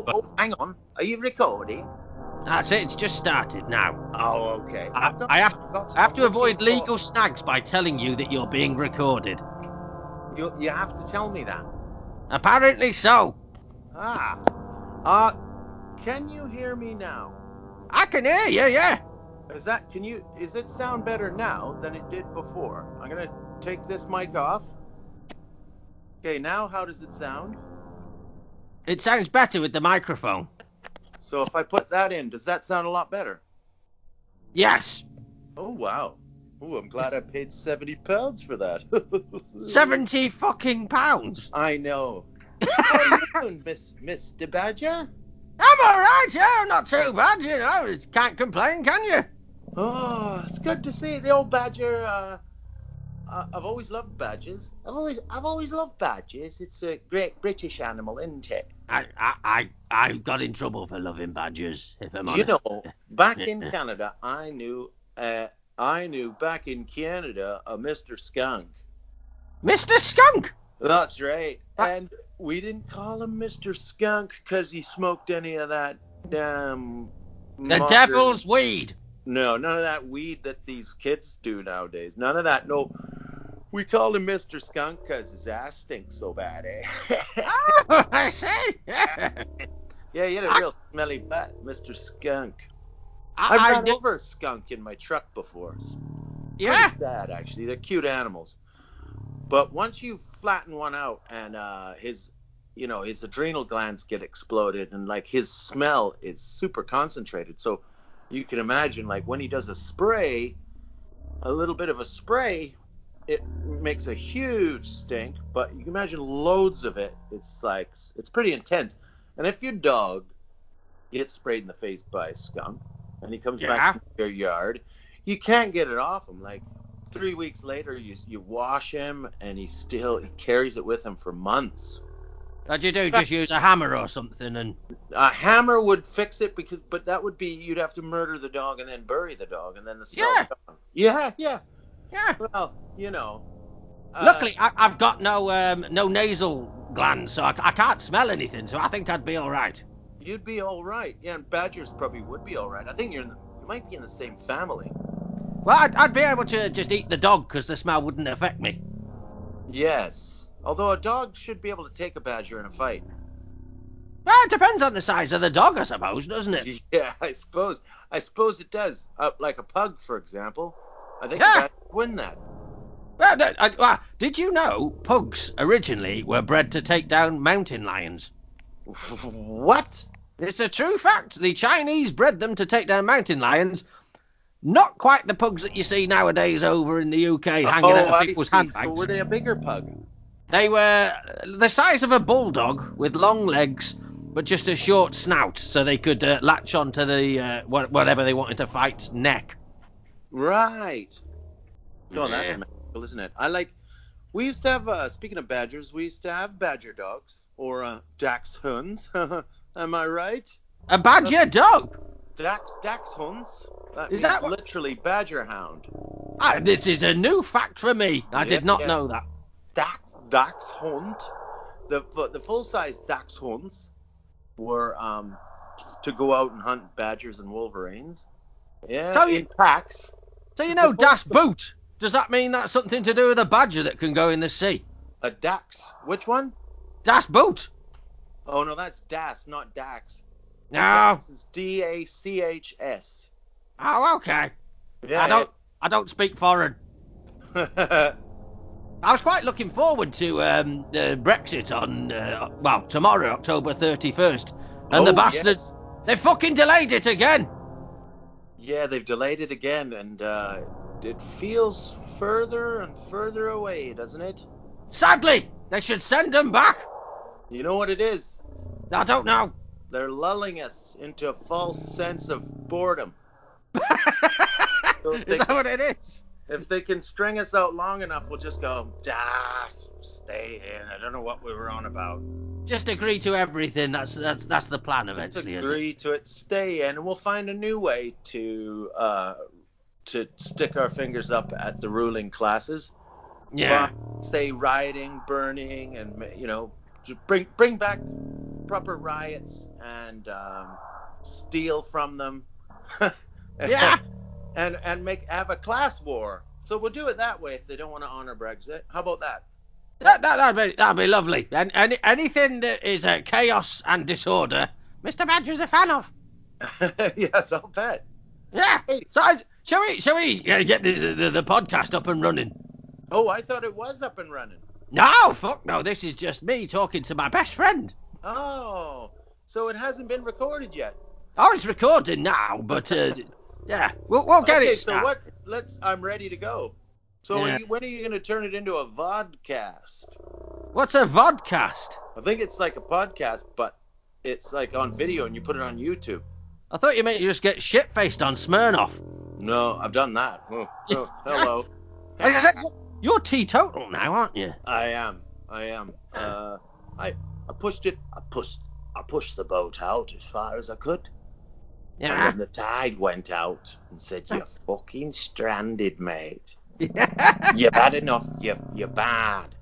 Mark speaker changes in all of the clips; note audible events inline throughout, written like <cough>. Speaker 1: Oh, hang on. Are you recording?
Speaker 2: That's it. It's just started now.
Speaker 1: Oh, okay.
Speaker 2: I-
Speaker 1: I've got-
Speaker 2: I have-
Speaker 1: I've got-
Speaker 2: I have
Speaker 1: I've
Speaker 2: to
Speaker 1: got
Speaker 2: avoid
Speaker 1: two
Speaker 2: legal
Speaker 1: thoughts.
Speaker 2: snags by telling you that you're being recorded.
Speaker 1: You, you have to tell me that.
Speaker 2: Apparently so.
Speaker 1: Ah. Uh, can you hear me now?
Speaker 2: I can hear you, yeah.
Speaker 1: Is that can you? Is it sound better now than it did before? I'm gonna take this mic off. Okay, now how does it sound?
Speaker 2: It sounds better with the microphone.
Speaker 1: So if I put that in, does that sound a lot better?
Speaker 2: Yes.
Speaker 1: Oh wow. Oh, I'm glad I paid seventy pounds for that. <laughs>
Speaker 2: 70 fucking pounds.
Speaker 1: I
Speaker 2: <laughs>
Speaker 1: know. How are you doing, Miss Mr. Badger?
Speaker 2: I'm alright, yeah. Not too bad, you know. It's- Can't complain, can you?
Speaker 1: Oh, it's good to see the old badger. Uh, uh, I've always loved badgers. I've always, I've always loved badgers. It's a great British animal, isn't it?
Speaker 2: I, I, I, I got in trouble for loving badgers, if I'm honest.
Speaker 1: You know,
Speaker 2: <laughs>
Speaker 1: back in Canada, I knew, uh, I knew back in Canada, a Mr. Skunk.
Speaker 2: Mr. Skunk!
Speaker 1: That's right.
Speaker 2: That-
Speaker 1: And we didn't call him Mr. Skunk because he smoked any of that damn.
Speaker 2: The
Speaker 1: modern-
Speaker 2: devil's
Speaker 1: <laughs>
Speaker 2: weed.
Speaker 1: No, none of that weed that these kids do nowadays. None of that. No, we called him Mr. Skunk because his ass stinks so bad, eh? <laughs>
Speaker 2: Oh, <laughs> I see. I,
Speaker 1: yeah, he had a real smelly butt, Mr. Skunk. I've
Speaker 2: I
Speaker 1: run
Speaker 2: do-
Speaker 1: over a skunk in my truck before. It's
Speaker 2: yeah.
Speaker 1: pretty sad, actually. They're cute animals, but once you flatten one out and uh, his, you know, his adrenal glands get exploded, and like his smell is super concentrated. So you can imagine, like when he does a spray, a little bit of a spray, it makes a huge stink. But you can imagine loads of it. It's like it's pretty intense. And if your dog gets sprayed in the face by a skunk, and he comes
Speaker 2: Yeah.
Speaker 1: back to your yard, you can't get it off him. Like three weeks later, you you wash him, and he still he carries it with him for months.
Speaker 2: What'd you Uh, do? Just use a hammer or something and
Speaker 1: A hammer would fix it because, but that would be you'd have to murder the dog and then bury the dog, and then the smell.
Speaker 2: Yeah.
Speaker 1: gone. yeah, yeah.
Speaker 2: yeah.
Speaker 1: Well, you know. uh,
Speaker 2: Luckily, I, I've got no um, no nasal glands, so I, I can't smell anything. So I think I'd be all right.
Speaker 1: you'd be all right. Yeah, and Badgers probably would be all right. I think you're in the, you might be in the same family.
Speaker 2: Well, I'd, I'd be able to just eat the dog because the smell wouldn't affect me.
Speaker 1: Yes. Although a dog should be able to take a badger in a fight. <laughs>
Speaker 2: Well, it depends on the size of the dog, I suppose, doesn't it?
Speaker 1: Yeah, I suppose. I suppose it does. Uh, like a pug, for example. I think
Speaker 2: Yeah.
Speaker 1: a badger would win that. <laughs>
Speaker 2: Well, no, I, well, did you know pugs originally were bred to take down mountain lions?
Speaker 1: what?
Speaker 2: It's a true fact. The Chinese bred them to take down mountain lions. Not quite the pugs that you see nowadays over in the UK hanging out of
Speaker 1: Oh, I
Speaker 2: people's
Speaker 1: see. So
Speaker 2: handbags.
Speaker 1: were they a bigger pug?
Speaker 2: They were the size of a bulldog with long legs, but just a short snout, so they could uh, latch onto the uh, wha- whatever they wanted to fight neck.
Speaker 1: Right. No, that's
Speaker 2: Yeah.
Speaker 1: magical, isn't it? I like. We used to have. Uh, speaking of badgers, we used to have badger dogs or uh, dachshunds. <laughs> Am I right?
Speaker 2: A badger dog.
Speaker 1: Dax dachshunds. That
Speaker 2: Is
Speaker 1: is
Speaker 2: that what-
Speaker 1: literally badger hound?
Speaker 2: Ah, this is a new fact for me. I
Speaker 1: Yeah,
Speaker 2: did not
Speaker 1: yeah.
Speaker 2: know that.
Speaker 1: Dax dachshund. The fu- the full size dachshunds were um to go out and hunt badgers and wolverines. Yeah,
Speaker 2: So you-
Speaker 1: in packs.
Speaker 2: So you
Speaker 1: It's
Speaker 2: know,
Speaker 1: a
Speaker 2: Das Boot. Does that mean that's something to do with a badger that can go in the sea?
Speaker 1: A dax. Which one?
Speaker 2: Das Boot.
Speaker 1: Oh no, that's das, not dax.
Speaker 2: No.
Speaker 1: Dax is D A C H S.
Speaker 2: Oh, okay.
Speaker 1: Yeah,
Speaker 2: I
Speaker 1: <laughs>
Speaker 2: don't. I don't speak foreign.
Speaker 1: yeah.
Speaker 2: I was quite looking forward to um, the Brexit on uh, well tomorrow, October thirty first, and the
Speaker 1: Oh,
Speaker 2: bastards
Speaker 1: yes.
Speaker 2: They fucking delayed it again.
Speaker 1: Yeah, they've delayed it again, and uh, it feels further and further away, doesn't it?
Speaker 2: Sadly, they should send them back.
Speaker 1: You know what it is?
Speaker 2: I don't know.
Speaker 1: They're lulling us into a false sense
Speaker 2: <laughs>
Speaker 1: of boredom. So if,
Speaker 2: Is
Speaker 1: they,
Speaker 2: that what it is?
Speaker 1: if they can string us out long enough, we'll just go, ah, stay in. I don't know what we were on about.
Speaker 2: Just agree to everything. That's that's that's the plan
Speaker 1: Let's
Speaker 2: eventually. is it?
Speaker 1: agree to it, stay in, and we'll find a new way to uh, to stick our fingers up at the ruling classes.
Speaker 2: Yeah.
Speaker 1: Well, say rioting, burning, and you know, j- bring bring back proper riots and um, steal from them.
Speaker 2: <laughs>
Speaker 1: <laughs>
Speaker 2: Yeah.
Speaker 1: and and make have a class war. So we'll do it that way if they don't want to honor Brexit. How about that?
Speaker 2: That, that, that'd, be, that'd be lovely. And, and anything that is uh, chaos and disorder, Mr. Badger's a fan of.
Speaker 1: <laughs> yes, I'll bet.
Speaker 2: Yeah. So, I- shall we, shall we uh, get the, the, the podcast up and running?
Speaker 1: Oh, I thought it was up and running.
Speaker 2: No, fuck no. This is just me talking to my best friend.
Speaker 1: Oh, so it hasn't been recorded yet.
Speaker 2: Oh, it's recording now, but uh, yeah, we'll, we'll get
Speaker 1: okay,
Speaker 2: it.
Speaker 1: so
Speaker 2: started.
Speaker 1: what? Let's. I'm ready to go. So
Speaker 2: Yeah.
Speaker 1: are you, when are you going to turn it into a vodcast?
Speaker 2: What's a vodcast?
Speaker 1: I think it's like a podcast, but it's like on video and you put it on YouTube.
Speaker 2: I thought you meant you just get shit faced on Smirnoff.
Speaker 1: No, I've done that. Oh, oh,
Speaker 2: <laughs>
Speaker 1: hello,
Speaker 2: Like I said, You're teetotal now, aren't you?
Speaker 1: I am. I am. Uh, I I pushed it. I pushed. I pushed the boat out as far as I could.
Speaker 2: Yeah.
Speaker 1: And then the tide went out and said, You're fucking stranded,
Speaker 2: <laughs>
Speaker 1: mate. You've had enough. You're, you're bad.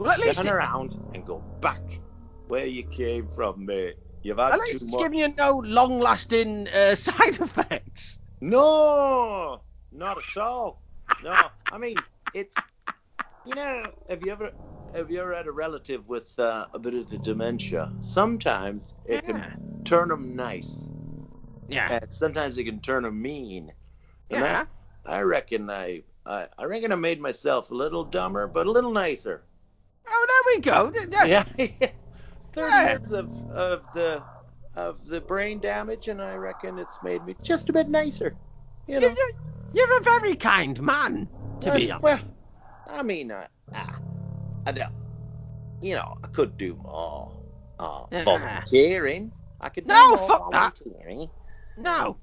Speaker 2: Well, at least,
Speaker 1: Turn
Speaker 2: it,
Speaker 1: around and go back where you came from, mate. You've had
Speaker 2: at least
Speaker 1: too
Speaker 2: it's
Speaker 1: much.
Speaker 2: giving you no long lasting uh, <laughs> side effects.
Speaker 1: No, not at all. No, I mean it's you know have you ever have you ever had a relative with uh, a bit of the dementia? Sometimes it can turn them nice,
Speaker 2: Yeah.
Speaker 1: and sometimes it can turn them mean. And that-
Speaker 2: Yeah.
Speaker 1: I reckon I, I, I reckon I made myself a little dumber, but a little nicer. <laughs>
Speaker 2: Oh, there we go. Th- th-
Speaker 1: Yeah, thirty
Speaker 2: Yeah.
Speaker 1: years of, of the of the brain damage, and I reckon it's made me just a bit nicer. You know,
Speaker 2: You- you- You're a very kind man, to be
Speaker 1: Well,
Speaker 2: honest.
Speaker 1: well, I mean, I, I, I don't, you know, I could do more uh,
Speaker 2: Yeah.
Speaker 1: volunteering. I could do
Speaker 2: Uh-huh. No,
Speaker 1: more
Speaker 2: fuck that.
Speaker 1: volunteering.
Speaker 2: No.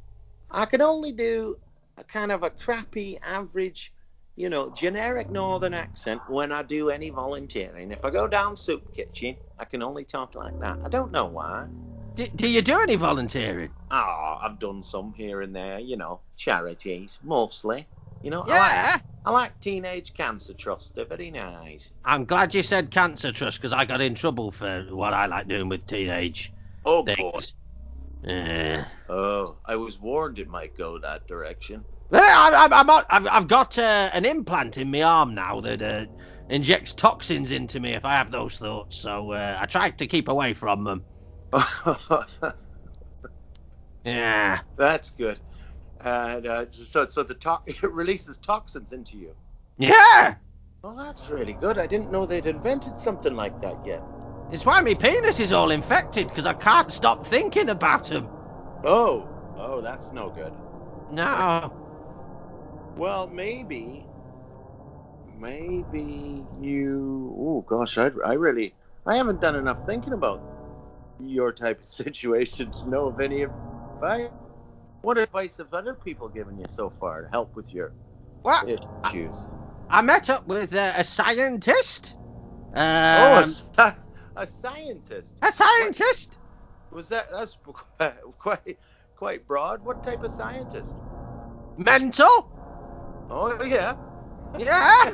Speaker 1: I could only do a kind of a crappy, average, you know, generic northern accent when I do any volunteering. If I go down soup kitchen, I can only talk like that. I don't know why.
Speaker 2: D- do you do any volunteering?
Speaker 1: Oh, I've done some here and there, you know, charities mostly. You know, I, like,
Speaker 2: Yeah.
Speaker 1: I like Teenage Cancer Trust. They're very nice.
Speaker 2: I'm glad you said Cancer Trust because I got in trouble for what I like doing with teenage
Speaker 1: Oh, boy.
Speaker 2: things. Uh, Yeah.
Speaker 1: Oh, I was warned it might go that direction. <laughs>
Speaker 2: Well, I, I, I'm on, I've, I've got uh, an implant in my arm now that uh, injects toxins into me if I have those thoughts. So uh, I tried to keep away from them. Yeah.
Speaker 1: That's good. And uh, so, so the to- <laughs> it releases toxins into you.
Speaker 2: Yeah.
Speaker 1: Well, that's really good. I didn't know they'd invented something like that yet.
Speaker 2: It's why my penis is all infected because I can't stop thinking about them.
Speaker 1: Oh, oh, that's no good.
Speaker 2: No.
Speaker 1: Well, maybe, maybe you. Oh gosh, I, I really, I haven't done enough thinking about your type of <laughs> situation to know of any advice. What advice have other people given you so far to help with your
Speaker 2: What?
Speaker 1: issues?
Speaker 2: I met up with uh, a scientist. Um,
Speaker 1: oh, a
Speaker 2: a,
Speaker 1: sci- a scientist.
Speaker 2: scientist.
Speaker 1: Was that that's <laughs> quite quite broad? What type of scientist?
Speaker 2: Mental.
Speaker 1: Oh yeah. <laughs>
Speaker 2: Yeah.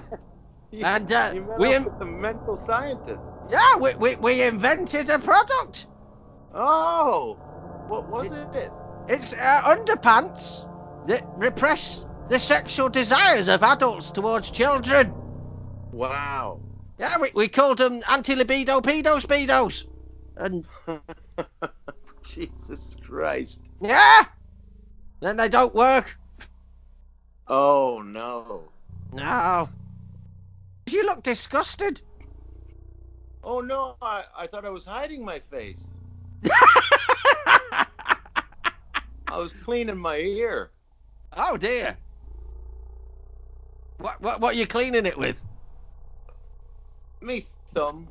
Speaker 1: You-
Speaker 2: And uh,
Speaker 1: you met
Speaker 2: we,
Speaker 1: up
Speaker 2: in-
Speaker 1: with a mental scientist.
Speaker 2: yeah, we, we, we invented a product.
Speaker 1: Oh, what was it?
Speaker 2: It's uh, underpants that repress the sexual desires of adults towards children.
Speaker 1: Wow. <laughs>
Speaker 2: Yeah, we, we called them anti libido pedo speedos. And
Speaker 1: Jesus Christ.
Speaker 2: yeah, then they don't work.
Speaker 1: Oh no.
Speaker 2: No. You look disgusted. <laughs>
Speaker 1: Oh no, I, I thought I was hiding my face. I was cleaning my ear.
Speaker 2: Oh dear. What, what, what are you cleaning it with?
Speaker 1: Me thumb.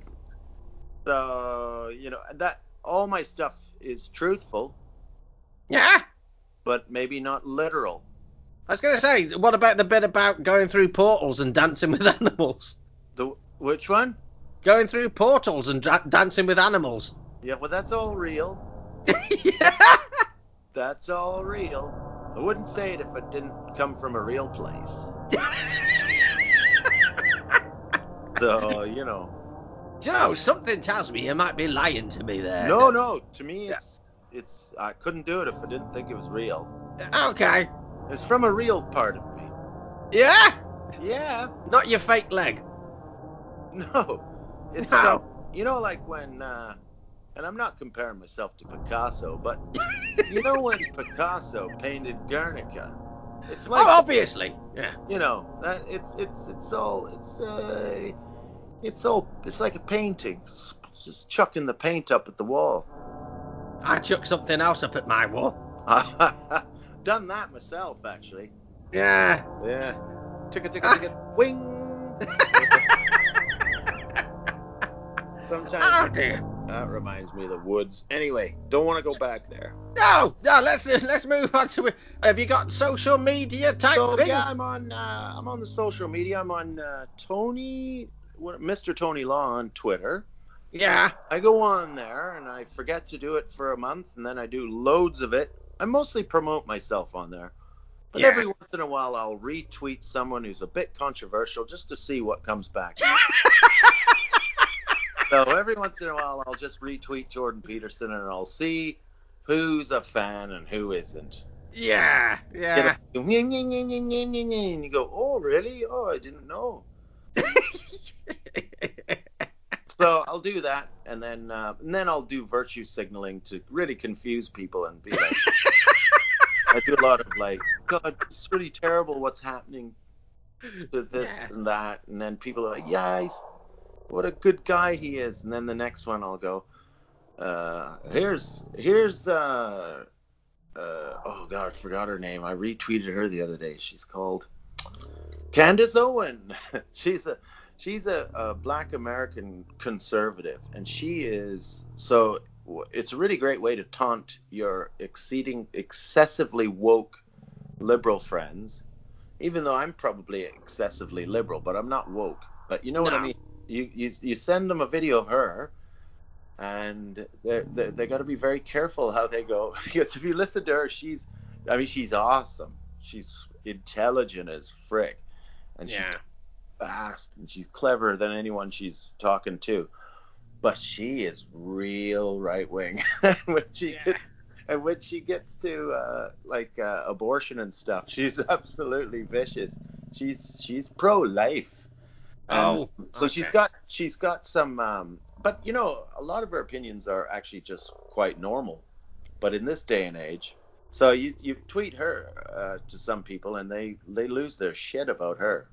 Speaker 1: So, you know, that all my stuff is truthful,
Speaker 2: Yeah.
Speaker 1: but maybe not literal.
Speaker 2: I was going to say, what about the bit about going through portals and dancing with <laughs> animals?
Speaker 1: The which one?
Speaker 2: Going through portals and dra- dancing with animals. <laughs>
Speaker 1: Yeah, well that's all real. That's all real. I wouldn't say it if it didn't come from a real place. so, you know,
Speaker 2: Do you know something tells me you might be lying to me there?
Speaker 1: No, no. To me, it's it's. I couldn't do it if I didn't think it was real.
Speaker 2: Okay.
Speaker 1: It's from a real part of me.
Speaker 2: Yeah.
Speaker 1: Yeah. <laughs>
Speaker 2: Not your fake leg.
Speaker 1: No. It's
Speaker 2: No.
Speaker 1: from- you know, like when, uh, and I'm not comparing myself to Picasso, but <laughs> you know when Picasso painted Guernica, it's like
Speaker 2: oh, obviously. Yeah.
Speaker 1: you know that it's it's it's all it's uh, it's all it's like a painting, It's just chucking the paint up at the wall. <laughs>
Speaker 2: I chucked something else up at my wall.
Speaker 1: Done that myself actually.
Speaker 2: Yeah.
Speaker 1: Yeah. Chicka chicka
Speaker 2: Ah.
Speaker 1: chicka wing. Ah. Sometimes
Speaker 2: Oh dear.
Speaker 1: that reminds me of the woods. Anyway, don't want to go back there.
Speaker 2: No, no. Let's let's move on to. Have you got social media type
Speaker 1: So
Speaker 2: thing?
Speaker 1: yeah, I'm on. Uh, I'm on the social media. I'm on uh, Tony, what, Mr. Tony Law on Twitter.
Speaker 2: Yeah.
Speaker 1: I go on there and I forget to do it for a month, and then I do loads of it. I mostly promote myself on there, but
Speaker 2: Yeah.
Speaker 1: every once in a while I'll retweet someone who's a bit controversial just to see what comes back. so every once in a while I'll just retweet Jordan Peterson and I'll see who's a fan and who isn't.
Speaker 2: Yeah.
Speaker 1: Get
Speaker 2: Yeah.
Speaker 1: up, you go, "Nyeh, nyeh, nyeh, nyeh, nyeh, nyeh, nyeh," and you go, oh, really? Oh, I didn't know. <laughs> So I'll do that, and then uh, and then I'll do virtue signaling to really confuse people and be like, I do a lot of like, God, it's really terrible what's happening to this
Speaker 2: Yeah.
Speaker 1: and that, and then people are like, yeah, he's, what a good guy he is, and then the next one I'll go, uh, here's here's uh, uh, oh God, I forgot her name. I retweeted her the other day. She's called Candace Owen. <laughs> she's a she's a, a black american conservative and she is so w- it's a really great way to taunt your exceeding excessively woke liberal friends even though i'm probably excessively liberal but i'm not woke but you know what i
Speaker 2: No.
Speaker 1: mean you, you you send them a video of her and they're, they're, they got to be very careful how they go <laughs> because if you listen to her she's i mean she's awesome she's intelligent as frick and she
Speaker 2: yeah.
Speaker 1: fast and she's cleverer than anyone she's talking to. But she is real right <laughs> wing. when she
Speaker 2: Yeah.
Speaker 1: gets and when she gets to uh, like uh, abortion and stuff, <laughs> she's absolutely vicious. She's she's pro life.
Speaker 2: Oh.
Speaker 1: So she's
Speaker 2: okay.
Speaker 1: got she's got some um, but you know, a lot of her opinions are actually just quite normal. But in this day and age, so you, you tweet her uh, to some people and they, they lose their shit about
Speaker 2: <laughs>
Speaker 1: her.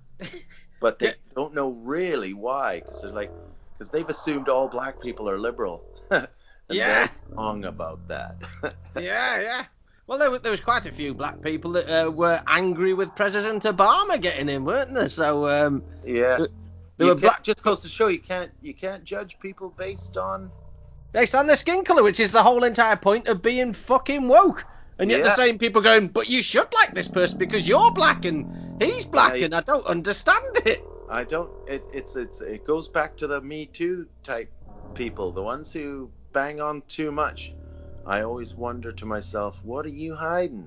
Speaker 1: But they
Speaker 2: Yeah.
Speaker 1: don't know really why because they're like, because they've assumed all black people are liberal. <laughs> and
Speaker 2: Yeah.
Speaker 1: They're wrong about that.
Speaker 2: <laughs>
Speaker 1: <laughs>
Speaker 2: Yeah. Yeah. Well, there was, there was quite a few black people that uh, were angry with President Obama getting in, weren't there? So um,
Speaker 1: yeah.
Speaker 2: There
Speaker 1: You
Speaker 2: were
Speaker 1: can't-
Speaker 2: black-
Speaker 1: just goes to show you can't you can't judge people based on
Speaker 2: based on their skin colour, which is the whole entire point of being fucking woke. And yet
Speaker 1: Yeah.
Speaker 2: the same people going, but you should like this person because you're black and he's black,
Speaker 1: Yeah, you-
Speaker 2: and I don't understand it.
Speaker 1: I don't. It, it's it's it goes back to the Me Too type people, the ones who bang on too much. I always wonder to myself, what are you hiding?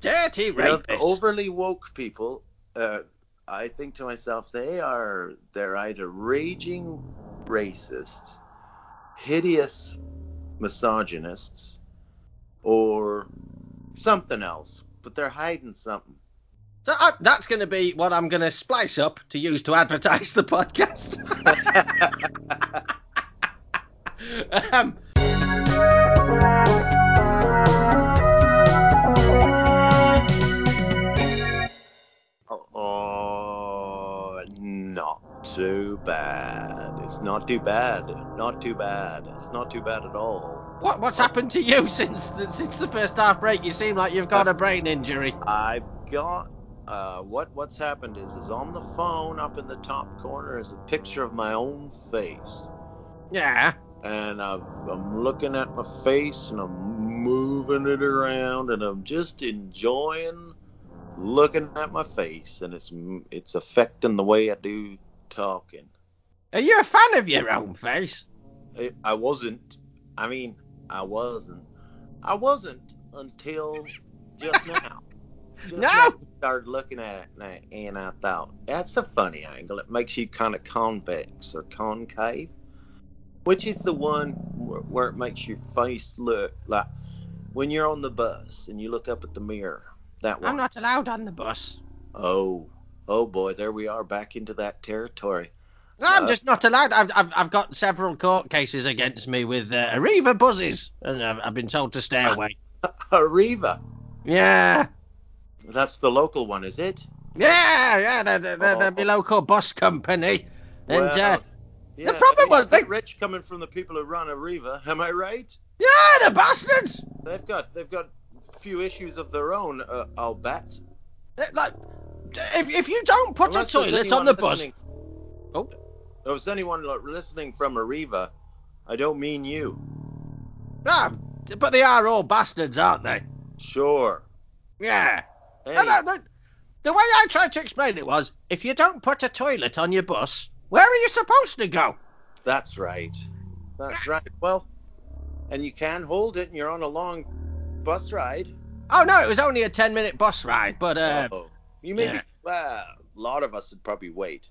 Speaker 2: Dirty
Speaker 1: You know,
Speaker 2: rapists.
Speaker 1: the overly woke people. Uh, I think to myself, they are they're either raging racists, hideous misogynists, or something else. But they're hiding something.
Speaker 2: So I, that's going to be what I'm going to splice up to use to advertise the podcast. <laughs> um,
Speaker 1: Oh, not too bad. It's not too bad. Not too bad. It's not too bad at all.
Speaker 2: what, what's happened to you since the, since the first half break? You seem like you've got a brain injury.
Speaker 1: I've got uh, what what's happened is is on the phone up in the top corner is a picture of my own face,
Speaker 2: Yeah.
Speaker 1: and I've, I'm looking at my face and I'm moving it around and I'm just enjoying looking at my face and it's it's affecting the way I do talking.
Speaker 2: Are you a fan of your own face?
Speaker 1: I- I wasn't. I mean, I wasn't. I wasn't until
Speaker 2: <laughs>
Speaker 1: just now. Just
Speaker 2: No.
Speaker 1: now I started looking at it and I, and I thought, that's a funny angle. It makes you kind of convex or concave. Which is the one wh- where it makes your face look like when you're on the bus and you look up at the mirror. That one.
Speaker 2: I'm not allowed on the bus.
Speaker 1: Oh, oh boy, there we are back into that territory. <laughs>
Speaker 2: No, I'm
Speaker 1: Uh,
Speaker 2: just not allowed. I've, I've, I've got several court cases against me with uh, Arriva buzzes, and I've, I've been told to
Speaker 1: Ah.
Speaker 2: stay away.
Speaker 1: Arriva.
Speaker 2: Yeah,
Speaker 1: That's the local one, is it?
Speaker 2: yeah, yeah. They're, they're, they're, they're my local bus company, and uh,
Speaker 1: Oh, Well, yeah,
Speaker 2: problem
Speaker 1: they
Speaker 2: was
Speaker 1: got that
Speaker 2: they-
Speaker 1: rich coming from the people who run Arriva. Am I right?
Speaker 2: yeah, the bastards.
Speaker 1: They've got they've got a few issues of their own. Uh, I'll bet.
Speaker 2: They're Like, if, if you don't put
Speaker 1: Unless
Speaker 2: a
Speaker 1: there's
Speaker 2: toilet
Speaker 1: anyone
Speaker 2: on the bus,
Speaker 1: listening-
Speaker 2: Oh.
Speaker 1: If there's anyone lo- listening from Arriva, I don't mean you.
Speaker 2: ah, but they are all bastards, aren't they?
Speaker 1: Sure.
Speaker 2: Yeah.
Speaker 1: Hey,
Speaker 2: No, no, no. The way I tried to explain it was if you don't put a toilet on your bus, where are you supposed to go?
Speaker 1: That's right. That's right. Well, and you can hold it, and you're on a long bus ride.
Speaker 2: Oh, no, it was only a 10 minute bus ride, but uh,
Speaker 1: oh, you maybe
Speaker 2: yeah.
Speaker 1: well, a lot of us would probably wait.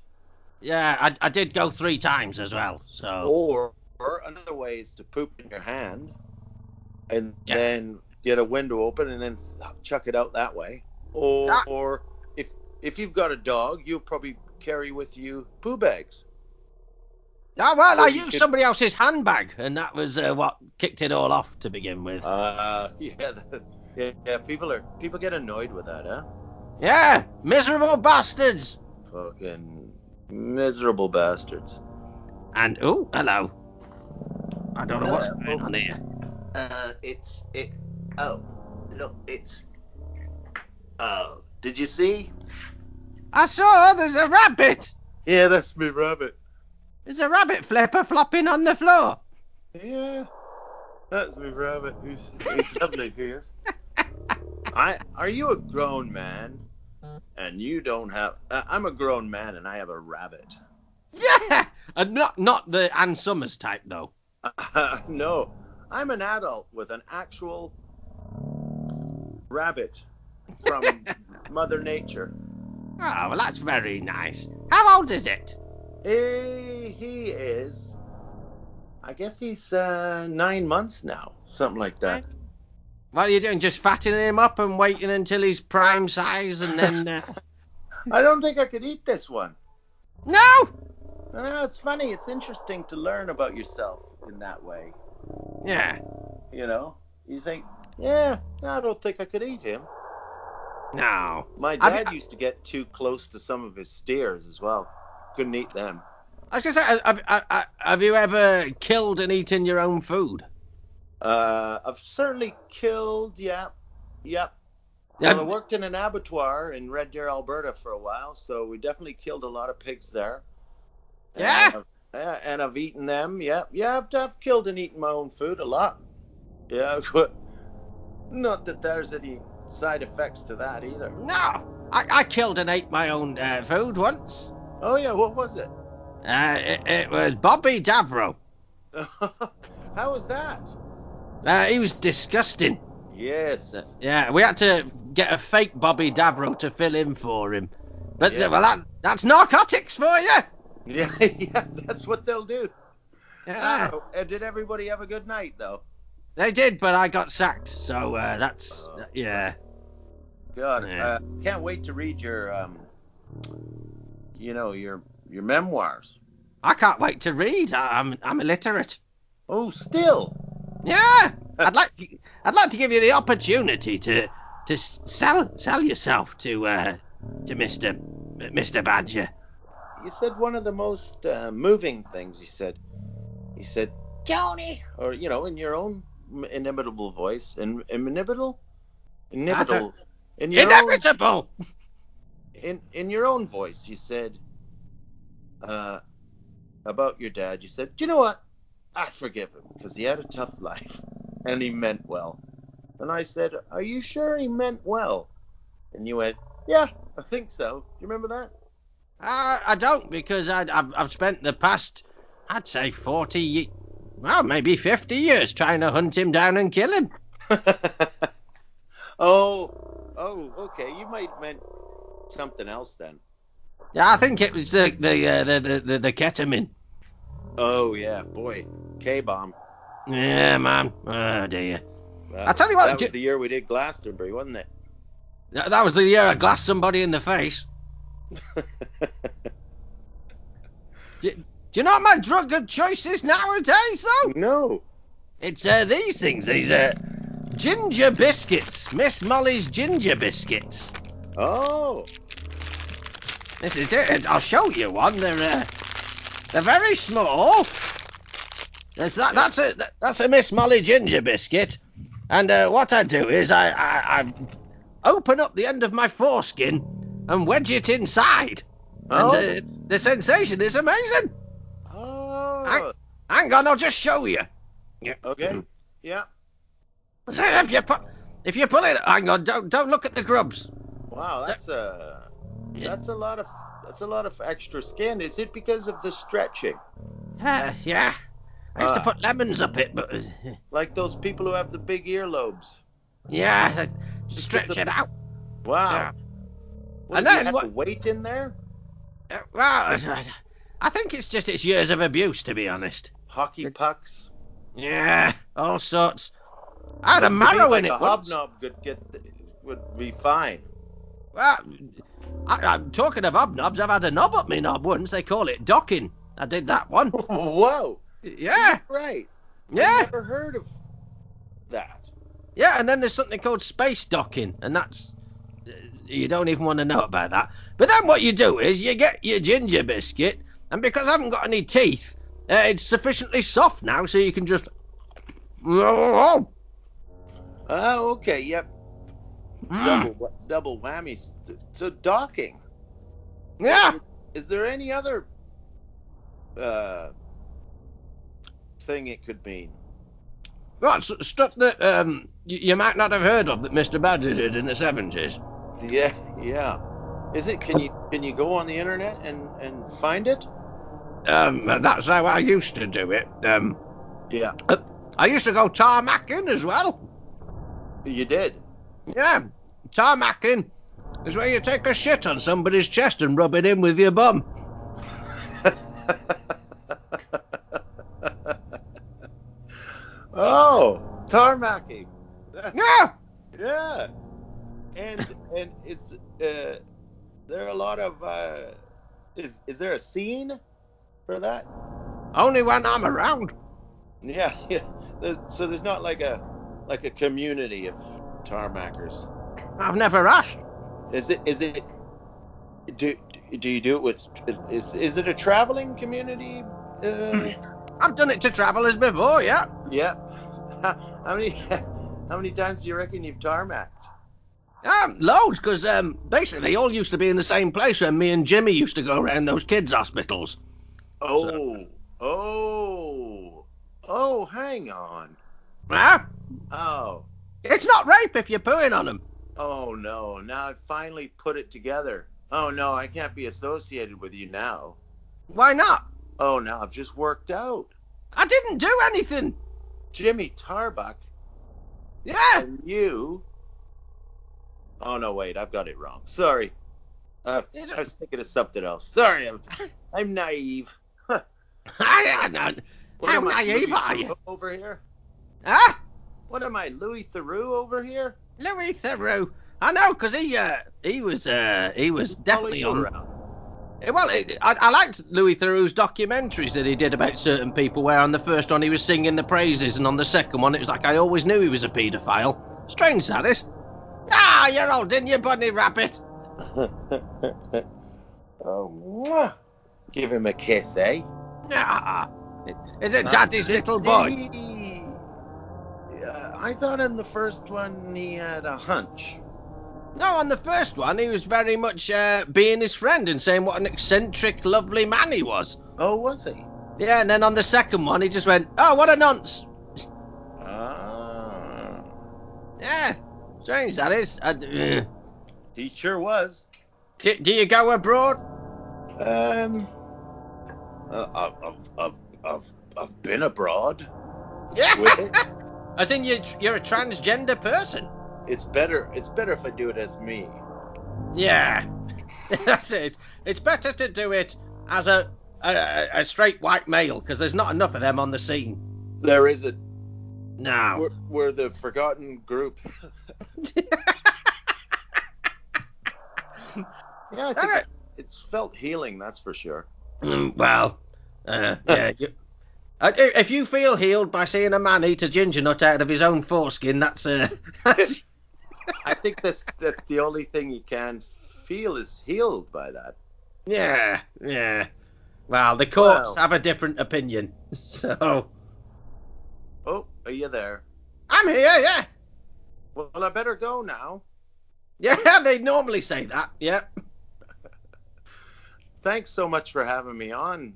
Speaker 2: yeah, I, I did go three times as well. So,
Speaker 1: Or, or another way is to poop in your hand, and
Speaker 2: Yeah.
Speaker 1: then get a window open and then chuck it out that way. Or,
Speaker 2: Ah.
Speaker 1: or if if you've got a dog, you'll probably carry with you poo bags.
Speaker 2: oh, well,
Speaker 1: Or
Speaker 2: I
Speaker 1: you
Speaker 2: used
Speaker 1: could-
Speaker 2: somebody else's handbag, and that was uh, what kicked it all off to begin with.
Speaker 1: Uh, <laughs> yeah, yeah, yeah. People are people get annoyed with that, huh?
Speaker 2: yeah, miserable bastards.
Speaker 1: Fucking miserable bastards.
Speaker 2: And, oh, hello. I don't know what's
Speaker 1: Hello.
Speaker 2: going on here.
Speaker 1: Uh, it's it. Oh, look, it's. Oh, did you see?
Speaker 2: I saw there's a rabbit.
Speaker 1: Yeah, that's me, rabbit.
Speaker 2: There's a rabbit flipper flopping on the floor.
Speaker 1: Yeah, that's me, rabbit. He's, he's <laughs> lovely. He is. I are you a grown man, and you don't have? Uh, I'm a grown man, and I have a rabbit. <laughs>
Speaker 2: Yeah, and not not the Anne Summers type though.
Speaker 1: no, I'm an adult with an actual rabbit from Mother Nature.
Speaker 2: Oh, well, that's very nice. How old is it?
Speaker 1: He, he is. I guess he's uh, nine months now, something like that.
Speaker 2: What are you doing? Just fattening him up and waiting until he's prime size, and then
Speaker 1: <laughs>
Speaker 2: uh...
Speaker 1: I don't think I could eat this one.
Speaker 2: no.
Speaker 1: No, it's funny. It's interesting to learn about yourself in that way.
Speaker 2: Yeah,
Speaker 1: You know, you think, yeah, no, I don't think I could eat him.
Speaker 2: no.
Speaker 1: My
Speaker 2: I
Speaker 1: dad used to get too close to some of his steers as well. Couldn't eat them.
Speaker 2: I was gonna say, have, have- have- have you ever killed and eaten your own food?
Speaker 1: Uh, I've certainly killed. Yeah, yep. Well, I
Speaker 2: Yeah.
Speaker 1: worked in an abattoir in Red Deer, Alberta, for a while, so we definitely killed a lot of pigs there.
Speaker 2: Yeah?
Speaker 1: And I've, yeah, and I've eaten them. Yeah, yeah. I've, I've killed and eaten my own food a lot. Yeah, <laughs> but not that there's any side effects to that either.
Speaker 2: No, I, I killed and ate my own uh, food once.
Speaker 1: Oh yeah, what was it? <laughs>
Speaker 2: Uh, it, it was Bobby Davro.
Speaker 1: How was that?
Speaker 2: Uh, he was disgusting.
Speaker 1: Yes.
Speaker 2: Yeah, we had to get a fake Bobby Davro to fill in for him. But
Speaker 1: Yeah.
Speaker 2: well, that, that's narcotics for you.
Speaker 1: <laughs> Yeah, yeah. That's what they'll do.
Speaker 2: Yeah,
Speaker 1: Oh, and did everybody have a good night though?
Speaker 2: they did, but I got sacked. So uh, that's
Speaker 1: Oh.
Speaker 2: yeah.
Speaker 1: God,
Speaker 2: Yeah.
Speaker 1: uh, can't wait to read your, um, you know, your your memoirs.
Speaker 2: I can't wait to read. I, I'm I'm illiterate.
Speaker 1: Oh, still.
Speaker 2: Yeah, I'd like to, Uh, I'd like to give you the opportunity to to s- sell sell yourself to uh, to Mister Mister Badger.
Speaker 1: You said one of the most uh, moving things. You said, you said, Tony, or you know, in your own m- inimitable voice, in, inimitable, inimitable, in your own,
Speaker 2: Inevitable.
Speaker 1: in in your own voice. You said, uh, about your dad. You said, do you know what? I forgive him because he had a tough <laughs> life, and he meant well. And I said, are you sure he meant well? And you went, yeah, I think so. Do you remember that?
Speaker 2: Uh, I don't because I, I've, I've spent the past, I'd say 40, ye- well, maybe 50 years trying to hunt him down and kill him.
Speaker 1: <laughs> oh, oh, okay. You might meant something else then.
Speaker 2: Yeah, I think it was the the uh, the, the, the, the ketamine.
Speaker 1: Oh yeah, boy. K bomb.
Speaker 2: Yeah, man. Oh dear.
Speaker 1: That
Speaker 2: I tell you what,
Speaker 1: Uh, that
Speaker 2: do-
Speaker 1: was the year we did Glastonbury, wasn't it? <laughs>
Speaker 2: That that was the year I glassed somebody in the face. do, do you know what my drug of choice is nowadays, though?
Speaker 1: No.
Speaker 2: It's uh, these things, these uh, ginger biscuits. Miss Molly's ginger biscuits.
Speaker 1: Oh,
Speaker 2: This is it. I'll show you one. They're uh, they're very small. That's that. That's a that's a Miss Molly ginger biscuit. And uh, what I do is I, I I open up the end of my foreskin and wedge it inside.
Speaker 1: Oh.
Speaker 2: And uh, the sensation is amazing.
Speaker 1: oh.
Speaker 2: Hang on, I'll just show you. Yeah.
Speaker 1: okay. Yeah.
Speaker 2: <laughs> So if you pu- if you pull it, hang on. Don't don't look at the grubs.
Speaker 1: Wow, that's a
Speaker 2: Yeah.
Speaker 1: that's a lot of that's a lot of extra skin. Is it because of the stretching?
Speaker 2: Uh, yeah. I used to
Speaker 1: Ah.
Speaker 2: put lemons up it, but uh,
Speaker 1: Like those people who have the big earlobes. uh,
Speaker 2: yeah, stretch it out.
Speaker 1: Wow.
Speaker 2: Yeah. And
Speaker 1: What, and then
Speaker 2: then
Speaker 1: you have
Speaker 2: what-
Speaker 1: to wait in there?
Speaker 2: Uh, well, I think it's just its years of abuse, to be honest.
Speaker 1: Hockey pucks.
Speaker 2: Yeah, all sorts. I had a
Speaker 1: To me,
Speaker 2: marrow
Speaker 1: like
Speaker 2: in
Speaker 1: a
Speaker 2: it once.
Speaker 1: hobnob could get the- would be fine. <laughs>
Speaker 2: Well, I, I'm talking of hobnobs. I've had a knob up my knob once. They call it docking. I did that
Speaker 1: <laughs>
Speaker 2: one.
Speaker 1: Whoa!
Speaker 2: Yeah,
Speaker 1: Right. I've
Speaker 2: yeah,
Speaker 1: never heard of that.
Speaker 2: yeah. And then there's something called space docking, and that's you don't even want to know about that. But then what you do is you get your ginger biscuit, and because I haven't got any teeth, uh, it's sufficiently soft now, so you can just. Mm,
Speaker 1: Oh, okay. Yep.
Speaker 2: Mm.
Speaker 1: Double, wha- double whammy. So docking.
Speaker 2: Yeah.
Speaker 1: Is there any other uh, thing it could mean?
Speaker 2: Right, s stuff that um, you, you might not have heard of that Mr. Badger did in the 70s.
Speaker 1: Yeah, yeah. Is it? Can you can you go on the internet and and find it?
Speaker 2: Um, that's how I used to do it. Um,
Speaker 1: Yeah,
Speaker 2: I used to go tarmacking as well.
Speaker 1: you did. <laughs>
Speaker 2: Yeah, tarmacking is where you take a shit on somebody's chest and rub it in with your bum.
Speaker 1: oh, tarmacking.
Speaker 2: Yeah,
Speaker 1: <laughs> Yeah, and and it's uh, there are a lot of uh, is is there a scene for that?
Speaker 2: only when I'm around.
Speaker 1: Yeah, <laughs> yeah. There's, so there's not like a like a community of tarmackers.
Speaker 2: I've never asked.
Speaker 1: Is it? Is it? Do do you do it with? Is is it a traveling community? Uh,
Speaker 2: I've done it to travellers before, yeah.
Speaker 1: yeah. <laughs> How, how many <laughs> how many times do you reckon you've tarmacked?
Speaker 2: Um, loads, because um, basically they all used to be in the same place when me and Jimmy used to go around those kids' hospitals.
Speaker 1: Oh, oh, oh! Hang on.
Speaker 2: Yeah?
Speaker 1: Oh,
Speaker 2: It's not rape if you're pooing on them.
Speaker 1: oh no! Now I finally put it together. Oh no! I can't be associated with you now.
Speaker 2: Why not?
Speaker 1: Oh no! I've just worked out.
Speaker 2: I didn't do anything.
Speaker 1: Jimmy Tarbuck
Speaker 2: Yeah. <laughs>
Speaker 1: and you. Oh no! Wait, I've got it wrong. Sorry. Uh, I was thinking of something else. Sorry, I'm, I'm naive.
Speaker 2: I, I, I,
Speaker 1: What
Speaker 2: How
Speaker 1: am I,
Speaker 2: naive
Speaker 1: Louis
Speaker 2: are you?
Speaker 1: Theroux Over here.
Speaker 2: ah,
Speaker 1: What am I, Louis Theroux over here?
Speaker 2: Louis Theroux. I know, 'cause he uh, he was uh, he was definitely
Speaker 1: Follow you
Speaker 2: on.
Speaker 1: around. <laughs>
Speaker 2: Eh, Well, it, I, I liked Louis Theroux's documentaries that he did about certain people. Where on the first one he was singing the praises, and on the second one it was like I always knew he was a paedophile. Strange that is. Ah, you're old, in your bunny rabbit.
Speaker 1: oh, mwah. give him a kiss, eh?
Speaker 2: Ah, is it daddy's little boy?
Speaker 1: Did he- Uh, I thought in the first one he had a hunch.
Speaker 2: No, on the first one, he was very much uh, being his friend and saying what an eccentric, lovely man he was.
Speaker 1: Oh, was he?
Speaker 2: Yeah, and then on the second one, he just went, "Oh, what a nonce!"
Speaker 1: Ah,
Speaker 2: Yeah, strange that is. Uh, uh,
Speaker 1: he sure was.
Speaker 2: do, do you go abroad?
Speaker 1: Um, uh, I've, I've, I've, I've, I've been abroad. with
Speaker 2: Yeah,
Speaker 1: it. <laughs>
Speaker 2: as in you, you're a transgender person.
Speaker 1: It's better. It's better if I do it as me.
Speaker 2: Yeah, <laughs> that's it. It's better to do it as a a, a straight white male because there's not enough of them on the scene.
Speaker 1: There is a
Speaker 2: Now,
Speaker 1: we're, we're the forgotten group. <laughs> yeah, I think
Speaker 2: Alright.
Speaker 1: it's felt healing, that's for sure.
Speaker 2: Mm, well, uh, yeah. you- I- if you feel healed by seeing a man eat a ginger nut out of his own foreskin, that's uh, <laughs> that's,
Speaker 1: I think that's that the only thing you can feel is healed by that.
Speaker 2: yeah, yeah. Well, the courts
Speaker 1: Well.
Speaker 2: have a different opinion, <laughs> so
Speaker 1: Oh, are you there?
Speaker 2: I'm here. Yeah,
Speaker 1: Well, I better go now.
Speaker 2: yeah. <laughs> They normally say that. Yeah.
Speaker 1: Thanks so much for having me on,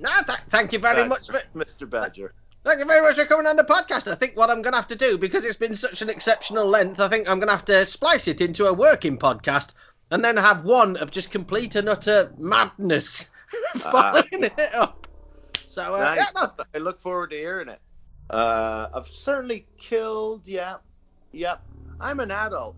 Speaker 2: No, th- thank you very
Speaker 1: Badger-
Speaker 2: much for
Speaker 1: Mr. Badger.
Speaker 2: thank you very much for coming on the podcast. I think what I'm going to have to do because it's been such an exceptional length, I think I'm going to have to splice it into a working podcast and then have one of just complete and utter madness <laughs> following it up. So uh,
Speaker 1: Nice.
Speaker 2: yeah, no,
Speaker 1: I look forward to hearing it. Uh, I've certainly killed. Yeah, yep. I'm an adult.